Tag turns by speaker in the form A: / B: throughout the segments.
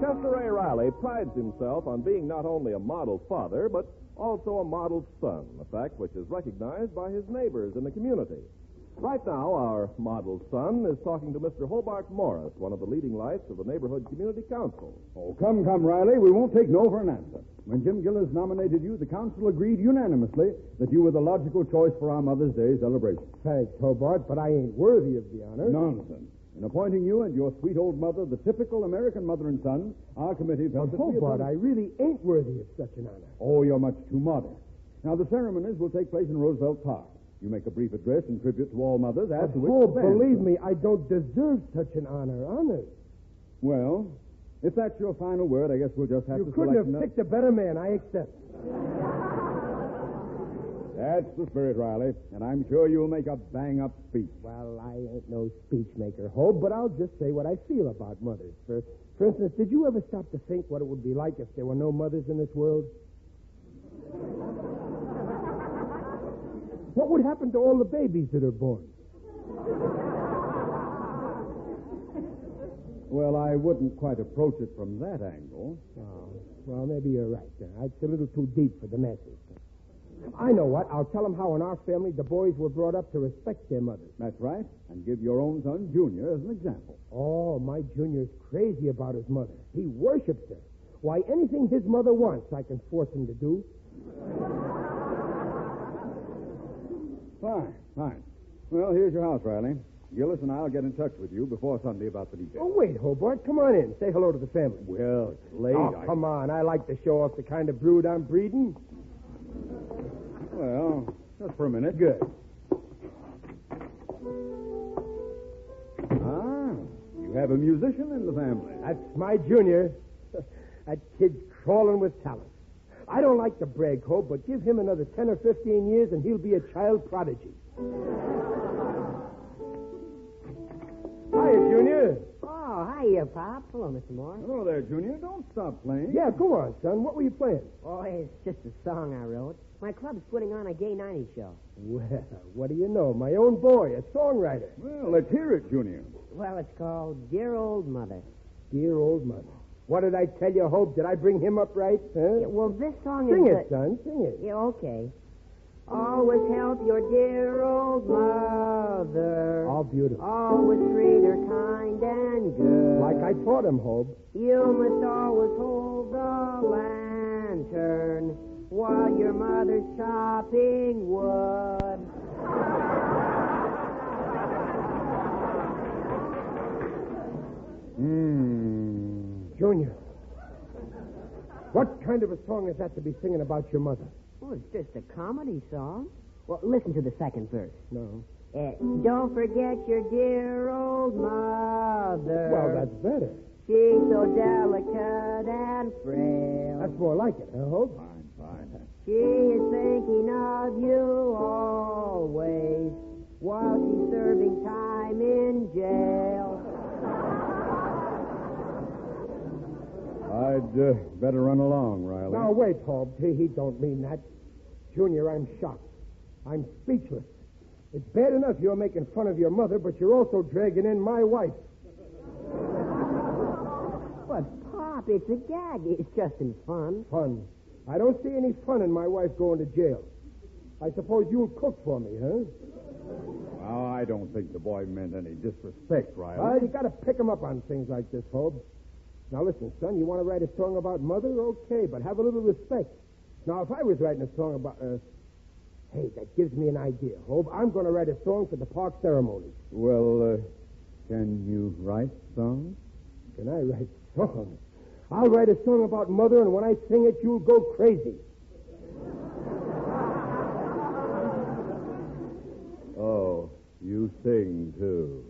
A: Chester A. Riley prides himself on being not only a model father, but also a model son, a fact which is recognized by his neighbors in the community. Right now, our model son is talking to Mr. Hobart Morris, one of the leading lights of the Neighborhood Community Council.
B: Oh, come, come, Riley. We won't take no for an answer. When Jim Gillis nominated you, the council agreed unanimously that you were the logical choice for our Mother's Day celebration.
C: Thanks, Hobart, but I ain't worthy of the honor.
B: Nonsense. In appointing you and your sweet old mother, the typical American mother and son, our committee felt that we had
C: Hobart,
B: done-
C: I really ain't worthy of such an honor.
B: Oh, you're much too modest. Now, the ceremonies will take place in Roosevelt Park. You make a brief address in tribute to all mothers, after which...
C: Oh,
B: the band-
C: believe me, I don't deserve such an honor. Honor.
B: Well, if that's your final word, I guess we'll just have
C: You
B: to
C: couldn't
B: select
C: have
B: ano-
C: picked a better man. I accept.
B: That's the spirit, Riley, and I'm sure you'll make a bang-up speech.
C: Well, I ain't no speechmaker, Hope, but I'll just say what I feel about mothers. For, for instance, did you ever stop to think what it would be like if there were no mothers in this world? what would happen to all the babies that are born?
B: Well, I wouldn't quite approach it from that angle.
C: Oh, well, maybe you're right. Uh, it's a little too deep for the masses. I know what. I'll tell them how in our family the boys were brought up to respect their mothers.
B: That's right. And give your own son, Junior, as an example.
C: Oh, my Junior's crazy about his mother. He worships her. Why, anything his mother wants, I can force him to do.
B: Fine, fine. Well, here's your house, Riley. Gillis and I'll get in touch with you before Sunday about the
C: Oh,
B: details.
C: wait, Hobart. Come on in. Say hello to the family.
B: Well, it's late.
C: Oh,
B: I-
C: come on. I like to show off the kind of brood I'm breeding.
B: Well, just for a minute. Good. Ah, you have a musician in the family.
C: That's my junior. that kid's crawling with talent. I don't like to brag, Hope, but give him another 10 or 15 years and he'll be a child prodigy. Hiya, Junior.
D: Oh, hiya, Pop. Hello, Mr. Moore.
B: Hello there, Junior. Don't stop playing.
C: Yeah, go on, son. What were you playing?
D: Oh, it's just a song I wrote. My club's putting on a gay 90 show.
C: Well, what do you know? My own boy, a songwriter.
B: Well, let's hear it, Junior.
D: Well, it's called Dear Old Mother.
C: Dear old mother. What did I tell you, Hope? Did I bring him up right? Huh?
D: Yeah, well, this song
C: Sing
D: is.
C: it, son. Sing it.
D: Yeah, okay. Always help your dear old mother.
C: All beautiful.
D: Always treat her kind and good.
C: Like I taught him, Hope.
D: You must always hold the lantern while your mother's chopping wood.
B: Hmm.
C: Junior. What kind of a song is that to be singing about your mother?
D: Well, Oh, it's just a comedy song. Well, listen to the second verse.
C: No.
D: Uh, don't forget your dear old mother.
C: Well, that's better.
D: She's so delicate and frail.
C: That's more like it, I hope.
B: Fine, fine.
D: She is thinking of you always while she's serving time in jail.
B: I'd uh, better run along, Riley.
C: Now, wait, Hope. Gee, he don't mean that. Junior, I'm shocked. I'm speechless. It's bad enough you're making fun of your mother, but you're also dragging in my wife.
D: But, Pop, it's a gag. It's just in fun.
C: Fun. I don't see any fun in my wife going to jail. I suppose you'll cook for me, huh?
B: Well, I don't think the boy meant any disrespect,
C: Well,
B: Riley.
C: you gotta pick 'em up on things like this, Hope. Now listen, son, you wanna write a song about mother? Okay, but have a little respect. Now, if I was writing a song about, uh, hey, that gives me an idea, Hope. I'm gonna write a song for the park ceremony.
B: Well, uh, can you write songs?
C: Can I write songs? I'll write a song about mother, and when I sing it, you'll go crazy.
B: Oh, you sing too.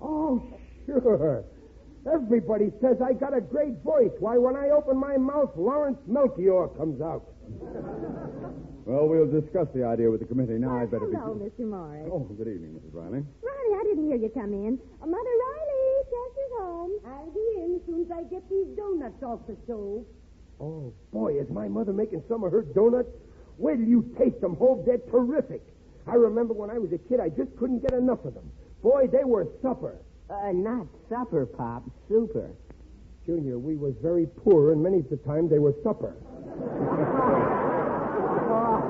C: Oh, sure. Everybody says I got a great voice. Why, when I open my mouth, Lawrence Melchior comes out.
B: Well, we'll discuss the idea with the committee. Now
E: Why,
B: I'd better
E: hello,
B: be.
E: Mr. Morris.
B: Oh, good evening, Mrs. Riley.
E: Riley, I didn't hear you come in. Uh, Mother Riley, Chester's home. I'll be in as soon as I get these donuts off the stove.
C: Oh, boy, is my mother making some of her donuts? Wait till you taste them, Hope. They're terrific. I remember when I was a kid, I just couldn't get enough of them. Boy, they were supper.
D: Uh, not supper, Pop. Super.
C: Junior, we was very poor, and many of the time they were supper.
E: Oh,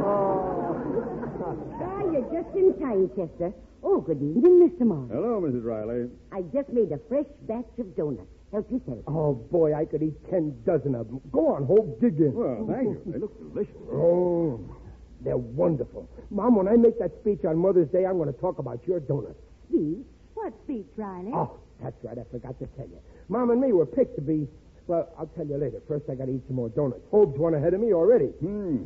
E: Ah, you're just in time, Chester. Oh, good evening, Mr. Morris.
B: Hello, Mrs. Riley.
E: I just made a fresh batch of donuts. Help yourself.
C: Oh, boy, I could eat ten dozen of them. Go on, Hope, dig in.
B: Well, thank you. They look delicious.
C: Oh, they're wonderful. Mom, when I make that speech on Mother's Day, I'm going to talk about your donuts.
E: Speech? What speech, Riley?
C: Oh, that's right. I forgot to tell you. Mom and me were picked to be. Well, I'll tell you later. First, I got to eat some more donuts. Hope's one ahead of me already.
B: Hmm.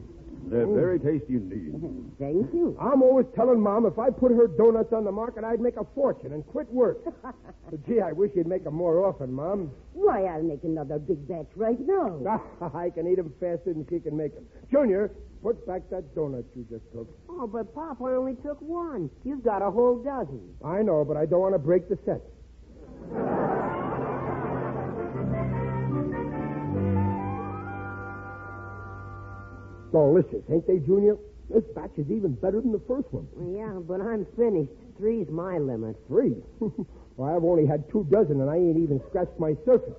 B: They're very tasty indeed.
E: Thank you.
C: I'm always telling Mom if I put her donuts on the market, I'd make a fortune and quit work. But, Gee, I wish you'd make them more often, Mom.
E: Why, I'll make another big batch right now.
C: I can eat them faster than she can make them. Junior, put back that donut you just took.
D: Oh, but Pop, I only took one. You've got a whole dozen.
C: I know, but I don't want to break the set. Delicious, ain't they, Junior? This batch is even better than the first one.
D: Yeah, but I'm finished. Three's my limit.
C: Three? well, I've only had two dozen, and I ain't even scratched my surface.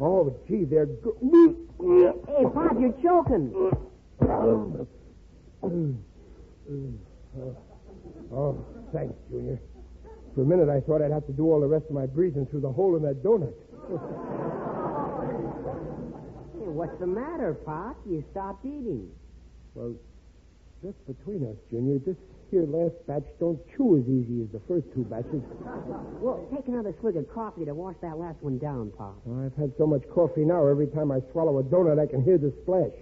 C: Oh, gee, they're good.
D: Hey, Pop, you're choking.
C: Oh, thanks, Junior. For a minute, I thought I'd have to do all the rest of my breathing through the hole in that donut.
D: Hey, what's the matter, Pop? You stopped eating.
C: Well, just between us, Junior, this here last batch don't chew as easy as the first two batches.
D: Well, take another swig of coffee to wash that last one down, Pop.
C: Oh, I've had so much coffee now, every time I swallow a donut, I can hear the splash.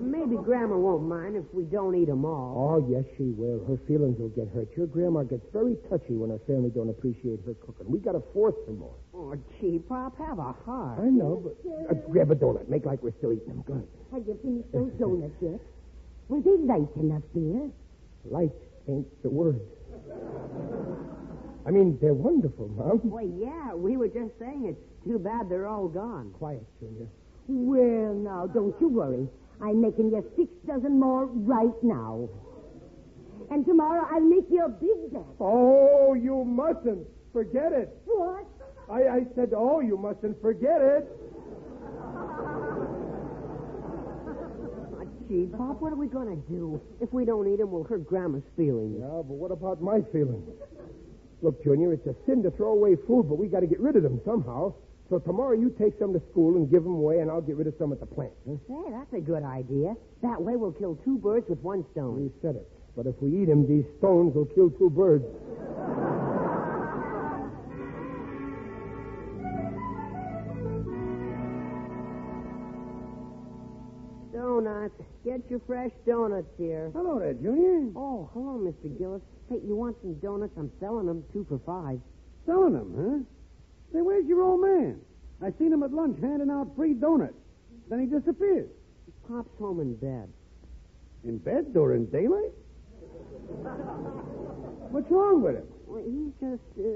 D: Maybe Grandma won't mind if we don't eat them all.
C: Oh, yes, she will. Her feelings will get hurt. Your grandma gets very touchy when her family don't appreciate her cooking. We gotta force her more.
D: Oh, gee, Pop, have a heart.
C: I know, but... Uh, grab a donut. Make like we're still eating them. Go ahead.
E: Have you finished those donuts yet? Were they light enough, dear?
C: Light ain't the word. I mean, they're wonderful, Mom.
D: Well, yeah, we were just saying it's too bad they're all gone.
C: Quiet, Junior.
E: Well, now, don't you worry. I'm making you six dozen more right now. And tomorrow I'll make you a big batch.
C: Oh, you mustn't. Forget it.
E: What?
C: I, I said, oh, you mustn't forget it.
D: Oh, gee, Pop, what are we going to do? If we don't eat them, we'll hurt Grandma's feelings.
C: Yeah, but what about my feelings? Look, Junior, it's a sin to throw away food, but we got to get rid of them somehow. So tomorrow you take some to school and give them away, and I'll get rid of some at the plant. Huh?
D: Hey, that's a good idea. That way we'll kill two birds with one stone.
C: You said it. But if we eat them, these stones will kill two birds.
D: Donuts. Get your fresh donuts, dear.
B: Hello there, Junior.
D: Oh, hello, Mr. Gillis. Hey, you want some donuts? I'm selling them two for five.
B: Selling them, huh? Say, where's your old man? I seen him at lunch handing out free donuts. Then he disappeared.
D: Pop's home in bed.
B: In bed or in daylight? What's wrong with him?
D: Well, he's just uh,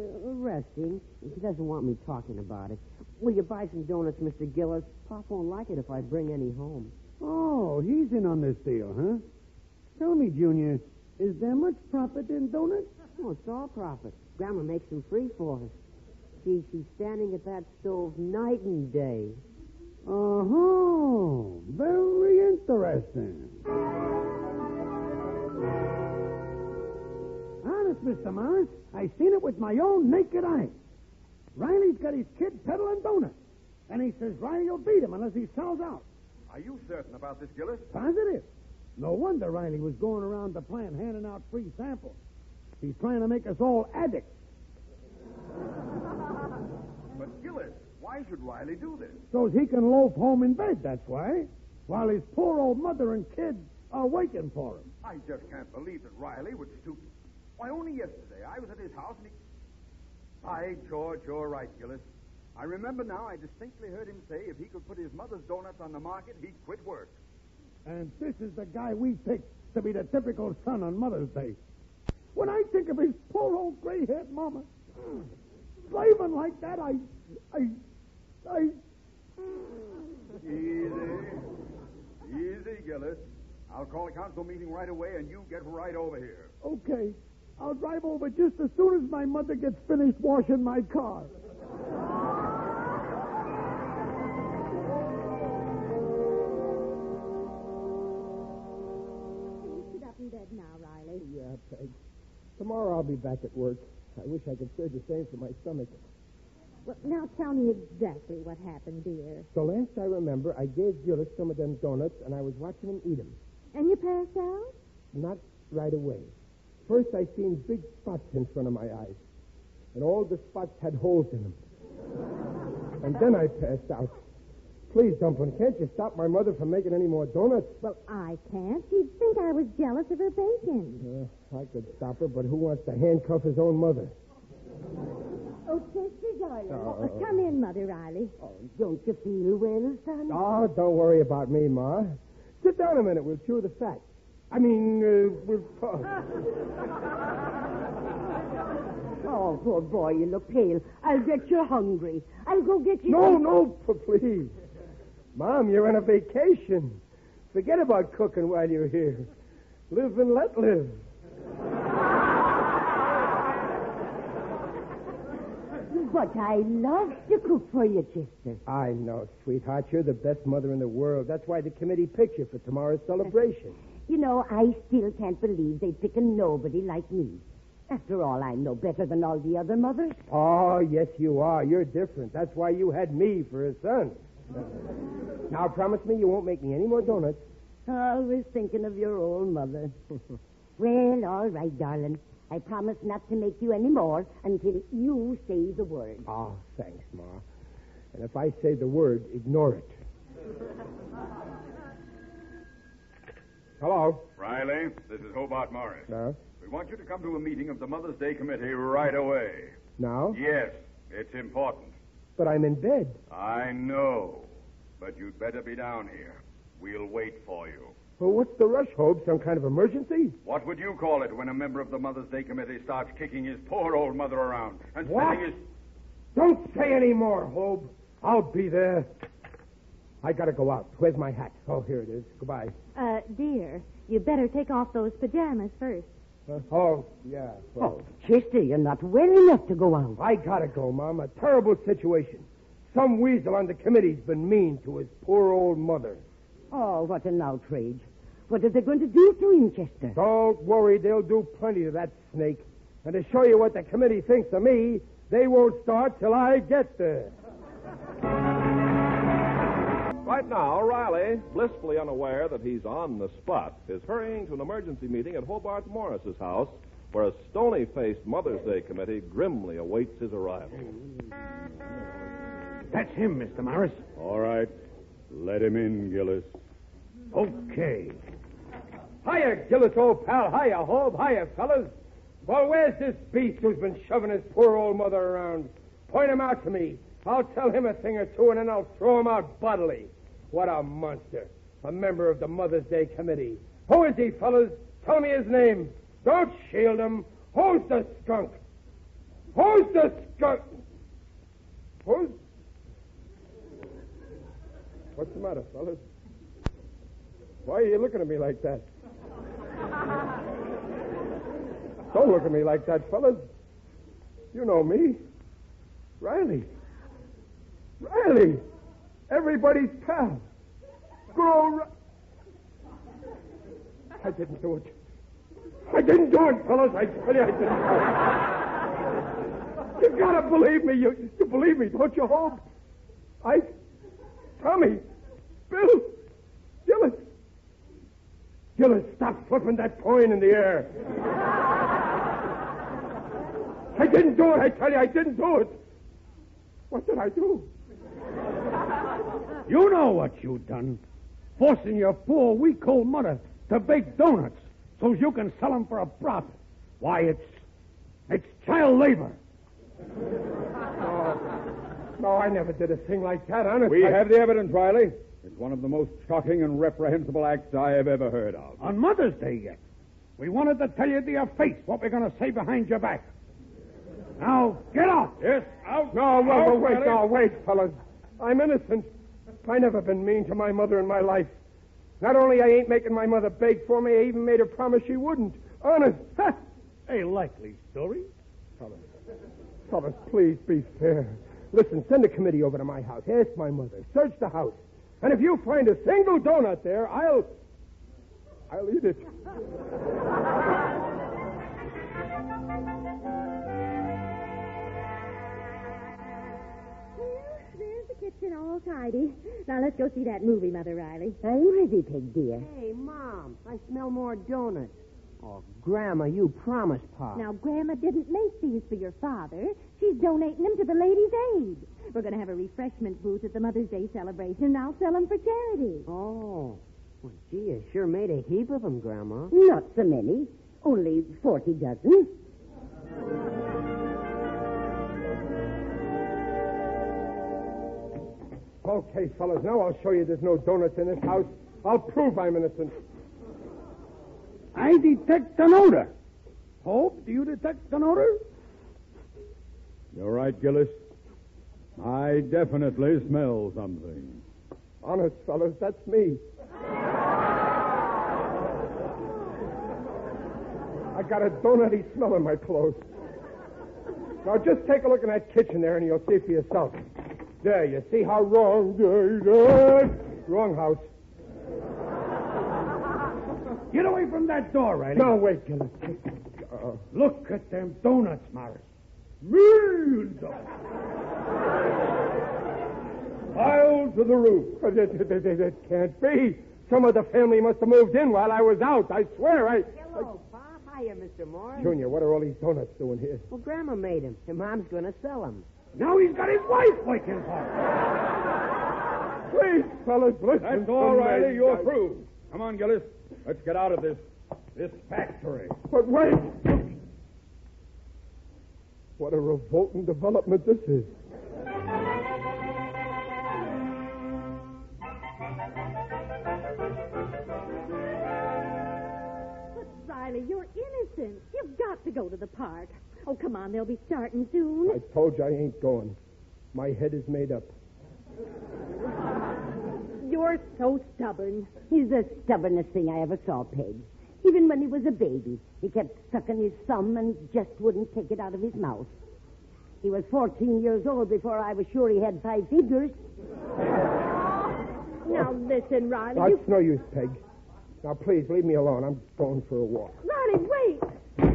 D: resting. He doesn't want me talking about it. Will you buy some donuts, Mr. Gillis? Pop won't like it if I bring any home.
B: Oh, he's in on this deal, huh? Tell me, Junior, is there much profit in donuts?
D: Oh, it's all profit. Grandma makes them free for us. Gee, she's standing at that stove night and day.
B: Oh, very interesting. Honest, Mr. Morris, I seen it with my own naked eyes. Riley's got his kid peddling donuts, and he says Riley'll beat him unless he sells out.
F: Are you certain about this, Gillis?
B: Positive. No wonder Riley was going around the plant handing out free samples. He's trying to make us all addicts.
F: But, Gillis, why should Riley do this?
B: so he can loaf home in bed, that's why. While his poor old mother and kids are waiting for him.
F: I just can't believe that Riley would stoop. Why, only yesterday I was at his house and he. By George, you're right, Gillis. I remember now I distinctly heard him say if he could put his mother's donuts on the market, he'd quit work.
G: And this is the guy we picked to be the typical son on Mother's Day. When I think of his poor old gray-haired mama, slaving like that, I, I, I.
F: Easy. Easy, Gillis. I'll call a council meeting right away, and you get right over here.
G: Okay, I'll drive over just as soon as my mother gets finished washing my car.
E: Can you sit up in bed now, Riley?
C: Oh, Yeah, Peg. Tomorrow I'll be back at work. I wish I could say the same for my stomach.
E: Well, now tell me exactly what happened, dear.
C: The last I remember, I gave Gillis some of them donuts, and I was watching him eat 'em.
E: And you passed out?
C: Not right away. First, I seen big spots in front of my eyes, and all the spots had holes in them. and then I passed out. Please, Dumpling, can't you stop my mother from making any more donuts?
E: Well, I can't. She'd think I was jealous of her bacon.
C: Uh, I could stop her, but who wants to handcuff his own mother?
E: Oh, Chester, darling. Oh, come in, Mother Riley.
D: Oh, Don't you feel well, son?
C: Oh, don't worry about me, Ma. Sit down a minute. We'll chew the fat. I mean, uh, we'll talk.
D: Oh, poor boy, you look pale. I'll bet you're hungry. I'll go get you.
C: No, no, p- please. Mom, you're on a vacation. Forget about cooking while you're here. Live and let live.
D: But I love to cook for you, Chester.
C: I know, sweetheart. You're the best mother in the world. That's why the committee picked you for tomorrow's celebration.
D: You know, I still can't believe they pick a nobody like me. After all, I'm no better than all the other mothers.
C: Oh, yes, you are. You're different. That's why you had me for a son. now, promise me you won't make me any more donuts.
D: Always thinking of your old mother. well, all right, darling. I promise not to make you any more until you say the word.
C: Oh, thanks, Ma. And if I say the word, ignore it. Hello?
F: Riley, this is Hobart Morris.
C: No?
F: We want you to come to a meeting of the Mother's Day Committee right away.
C: No?
F: Yes, it's important.
C: But I'm in bed.
F: I know. But you'd better be down here. We'll wait for you.
C: Well, what's the rush, Hope? Some kind of emergency?
F: What would you call it when a member of the Mother's Day Committee starts kicking his poor old mother around and
C: What?
F: spitting his.
C: Don't say any more, Hope. I'll be there. I gotta go out. Where's my hat? Oh, here it is. Goodbye.
E: Uh, dear, you better take off those pajamas first.
C: Huh? Oh, yeah. well,
D: Oh, Chester, you're not well enough to go out.
C: I gotta go, Mom. A terrible situation. Some weasel on the committee's been mean to his poor old mother.
D: Oh, what an outrage. What are they going to do to him, Chester?
C: Don't worry, they'll do plenty to that snake. And to show you what the committee thinks of me, they won't start till I get there.
H: Right now, Riley, blissfully unaware that he's on the spot, is hurrying to an emergency meeting at Hobart Morris's house, where a stony faced Mother's Day committee grimly awaits his arrival.
G: That's him, Mr. Morris.
H: All right. Let him in, Gillis.
G: Okay.
C: Hiya, Gillis, old pal. Hiya, Hob. Hiya, fellas. Well, where's this beast who's been shoving his poor old mother around? Point him out to me. I'll tell him a thing or two, and then I'll throw him out bodily. What a monster. A member of the Mother's Day Committee. Who is he, fellas? Tell me his name. Don't shield him. Who's the skunk? Who's the skunk? Who's... What's the matter, fellas? Why are you looking at me like that? Don't look at me like that, fellas. You know me. Riley. Riley. Everybody's pal. Good old Ri- I didn't do it. I didn't do it, fellas. I tell you, I didn't do it. You gotta believe me. You, you believe me, don't you, Hope? I. Tommy. Bill. Gillis. Gillis, stop flipping that coin in the air. I didn't do it, I tell you, I didn't do it. What did I do?
G: You know what you done. Forcing your poor, weak old mother to bake donuts so you can sell 'em for a profit. Why, it's. it's child labor.
C: No, I never did a thing like that, honest.
B: We
C: I-
B: have the evidence, Riley. It's one of the most shocking and reprehensible acts I have ever heard of.
F: On Mother's Day yet. We wanted to tell you to your face what we're going to say behind your back. Now, get out.
B: Yes, out.
C: No, wait,
B: out,
C: wait, wait,
B: Riley.
C: no, wait, fellas. I'm innocent. I never been mean to my mother in my life. Not only I ain't making my mother bake for me, I even made her promise she wouldn't. Honest.
F: A likely story.
C: Fellas, please be fair. Listen, send a committee over to my house. Ask my mother. Search the house. And if you find a single donut there, I'll. I'll eat it.
I: There's the kitchen all tidy. Now let's go see that movie, Mother Riley.
J: I'm ready, Pig, dear.
I: Hey, Mom, I smell more
J: Donuts. Oh, Grandma, you promised Pa.
I: Now, Grandma didn't make these for your father. She's donating them to the Ladies' Aid. We're going to have a refreshment booth at the Mother's Day celebration, and I'll sell them for charity.
J: Oh. Well, gee, you sure made a heap of them, Grandma.
D: Not so many. Only 40 dozen.
C: Okay, fellas, now I'll show you there's no donuts in this house. I'll prove I'm innocent.
F: I detect an odor. Hope, do you detect an odor?
B: You're right, Gillis. I definitely smell something.
C: Honest, fellas, that's me. I got a donutty smell in my clothes. Now just take a look in that kitchen there and you'll see for yourself. There, you see how wrong. Wrong house.
F: Get away from that door, Riley.
C: No, wait, Gillis.
F: Look at them donuts, Morris. Millions of them.
C: Pile to the roof. That can't be. Some of the family must have moved in while I was out. I swear I.
J: Hello, Pa. Hiya, Mr. Morris.
C: Junior, what are all these donuts doing here?
J: Well, Grandma made him, and Mom's going to sell him.
F: Now he's got his wife waiting for him.
C: Please, fellas, listen.
B: That's
C: to
B: all,
C: me.
B: Riley. You're through. Come on, Gillis. Let's get out of this this factory.
C: But wait! What a revolting development this is.
I: But, Riley, you're innocent. You've got to go to the park. Oh, come on, they'll be starting soon.
C: I told you I ain't going. My head is made up.
I: You're so stubborn.
D: He's the stubbornest thing I ever saw, Peg. Even when he was a baby, he kept sucking his thumb and just wouldn't take it out of his mouth. He was 14 years old before I was sure he had five fingers.
I: Now, listen, Riley.
C: Now,
I: You...
C: it's no use, Peg. Now, please, leave me alone. I'm going for a walk.
I: Riley, wait.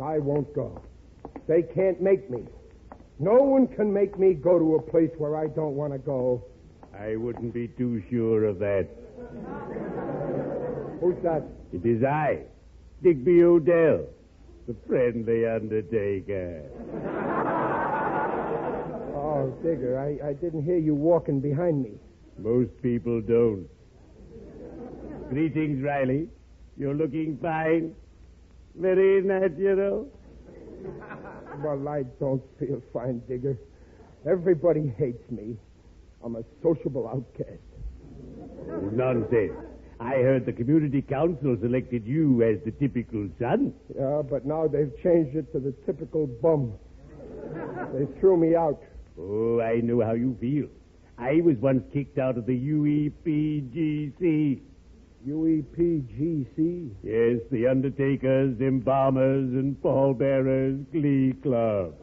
C: I won't go. They can't make me. No one can make me go to a place where I don't want to go.
K: I wouldn't be too sure of that.
C: Who's that?
K: It is I, Digby Odell, the friendly undertaker.
C: Oh, Digger, I, I didn't hear you walking behind me.
K: Most people don't. Greetings, Riley. You're looking fine. Very natural.
C: Well, I don't feel fine, Digger. Everybody hates me. I'm a sociable outcast.
K: Oh, nonsense. I heard the community council selected you as the typical son.
C: Yeah, but now they've changed it to the typical bum. They threw me out.
K: Oh, I know how you feel. I was once kicked out of the UEPGC.
C: E UEPGC?
K: Yes, the Undertakers, Embalmers, and Pallbearers Glee Club.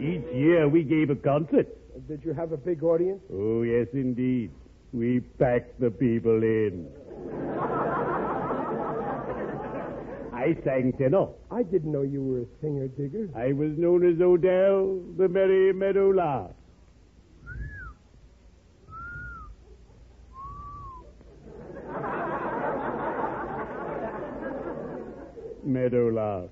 K: Each year we gave a concert.
C: Did you have a big audience?
K: Oh, yes, indeed. We packed the people in. I sang tenor.
C: I didn't know you were a singer, Digger.
K: I was known as Odell, the Merry Meadow Lark. Meadow Lark.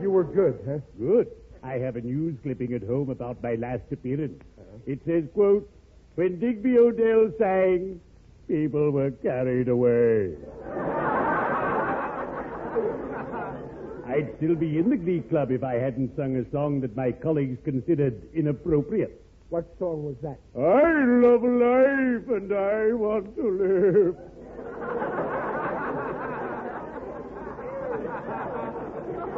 C: You were good, huh?
K: Good. I have a news clipping at home
C: Uh-huh.
K: about my last appearance. It says, quote, when Digby Odell sang,
B: People were carried away. I'd still be in the glee club if I hadn't sung a song that my colleagues considered inappropriate.
C: What song was that?
B: I love life and I want to live.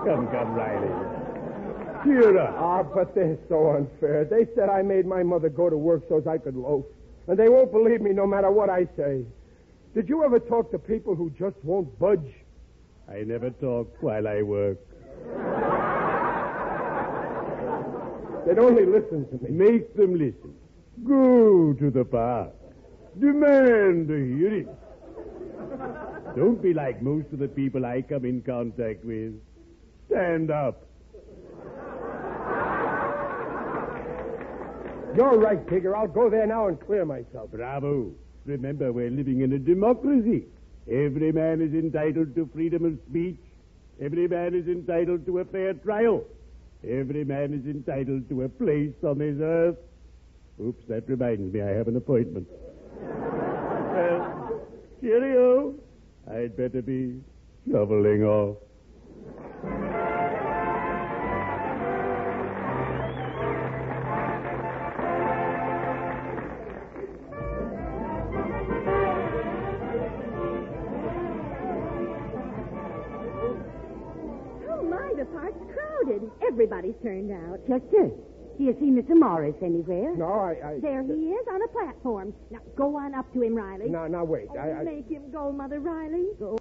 B: Come, come, Riley.
C: Cheer up. Ah, but they're so unfair. They said I made my mother go to work so's I could loaf. And they won't believe me no matter what I say. Did you ever talk to people who just won't budge?
B: I never talk while I work.
C: They'd only listen to me.
B: Make them listen. Go to the park. Demand to hear it. Don't be like most of the people I come in contact with. Stand up.
C: You're right, Digger. I'll go there now and clear myself.
B: Bravo. Remember, we're living in a democracy. Every man is entitled to freedom of speech. Every man is entitled to a fair trial. Every man is entitled to a place on this earth. Oops, that reminds me I have an appointment. well, cheerio. I'd better be shoveling off.
I: Oh, my, the park's crowded. Everybody's turned out.
D: Chester, do you see Mr. Morris anywhere?
C: No, I. I
I: There he is on a platform. Now, go on up to him, Riley.
C: Now, now, wait.
I: Oh,
C: I, I,
I: Make him go, Mother Riley. Go.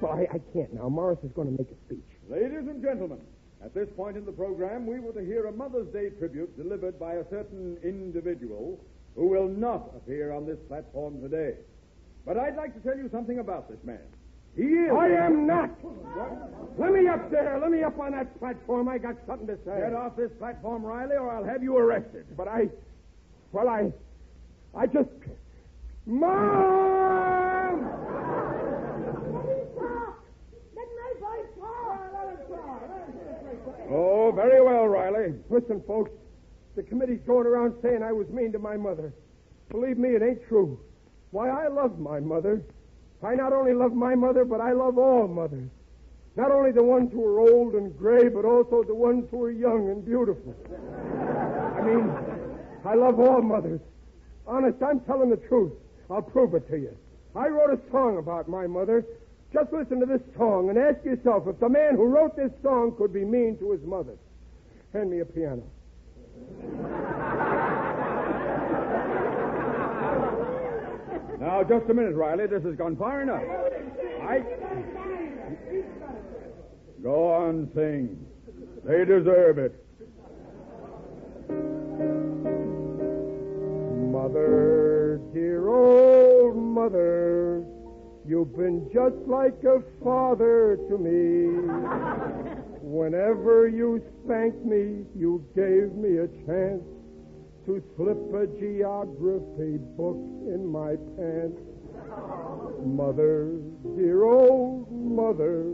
C: well, I, I can't now. Morris is going to make a speech.
L: Ladies and gentlemen, at this point in the program, we were to hear a Mother's Day tribute delivered by a certain individual who will not appear on this platform today. But I'd like to tell you something about this man. He is.
C: I am not. Let me up there. Let me up on that platform. I got something to say.
L: Get off this platform, Riley, or I'll have you arrested.
C: But I. Well, I. I just. Mom!
L: Oh, very well, Riley.
C: Listen, folks. The committee's going around saying I was mean to my mother. Believe me, it ain't true. Why, I love my mother. I not only love my mother, but I love all mothers. Not only the ones who are old and gray, but also the ones who are young and beautiful. I mean, I love all mothers. Honest, I'm telling the truth. I'll prove it to you. I wrote a song about my mother. Just listen to this song and ask yourself if the man who wrote this song could be mean to his mother. Hand me a piano.
L: Now, just a minute, Riley. This has gone far enough. I. Go on, sing. They deserve it.
C: Mother, dear old mother, you've been just like a father to me. Whenever you spanked me, you gave me a chance to slip a geography book in my pants. Mother, dear old mother,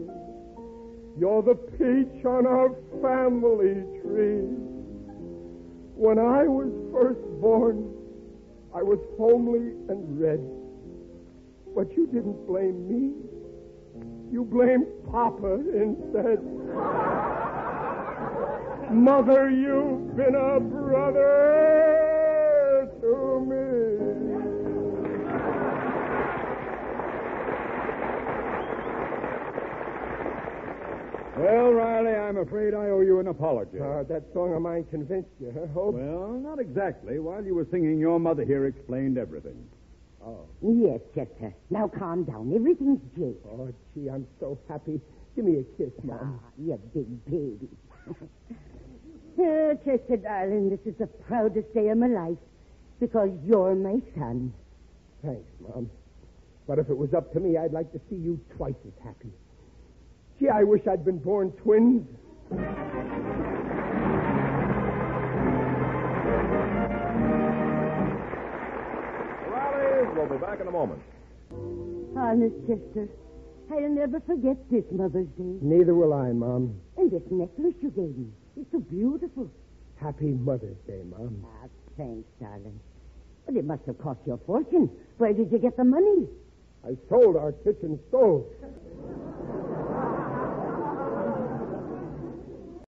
C: you're the peach on our family tree. When I was first born, I was homely and red. But you didn't blame me. You blamed Papa instead. Mother, you've been a brother to me.
L: Well, Riley, I'm afraid I owe you an apology.
C: Uh, that song of mine convinced you, huh, Oh, Hope?
L: Well, not exactly. While you were singing, your mother here explained everything.
C: Oh.
D: Yes, Chester. Now calm down. Everything's jake.
C: Oh, gee, I'm so happy. Give me a kiss,
D: Ah,
C: Mom.
D: you big baby. oh, Chester, darling, this is the proudest day of my life because you're my son.
C: Thanks, Mom. But if it was up to me, I'd like to see you twice as happy. Gee, I wish I'd been born twins.
M: Riley, we'll be back in a moment.
D: Honest, Chester, I'll never forget this Mother's Day.
C: Neither will I, Mom.
D: And this necklace you gave me. It's so beautiful.
C: Happy Mother's Day, Mom.
D: Ah, thanks, darling. But it must have cost you a fortune. Where did you get the money?
C: I sold our kitchen stove.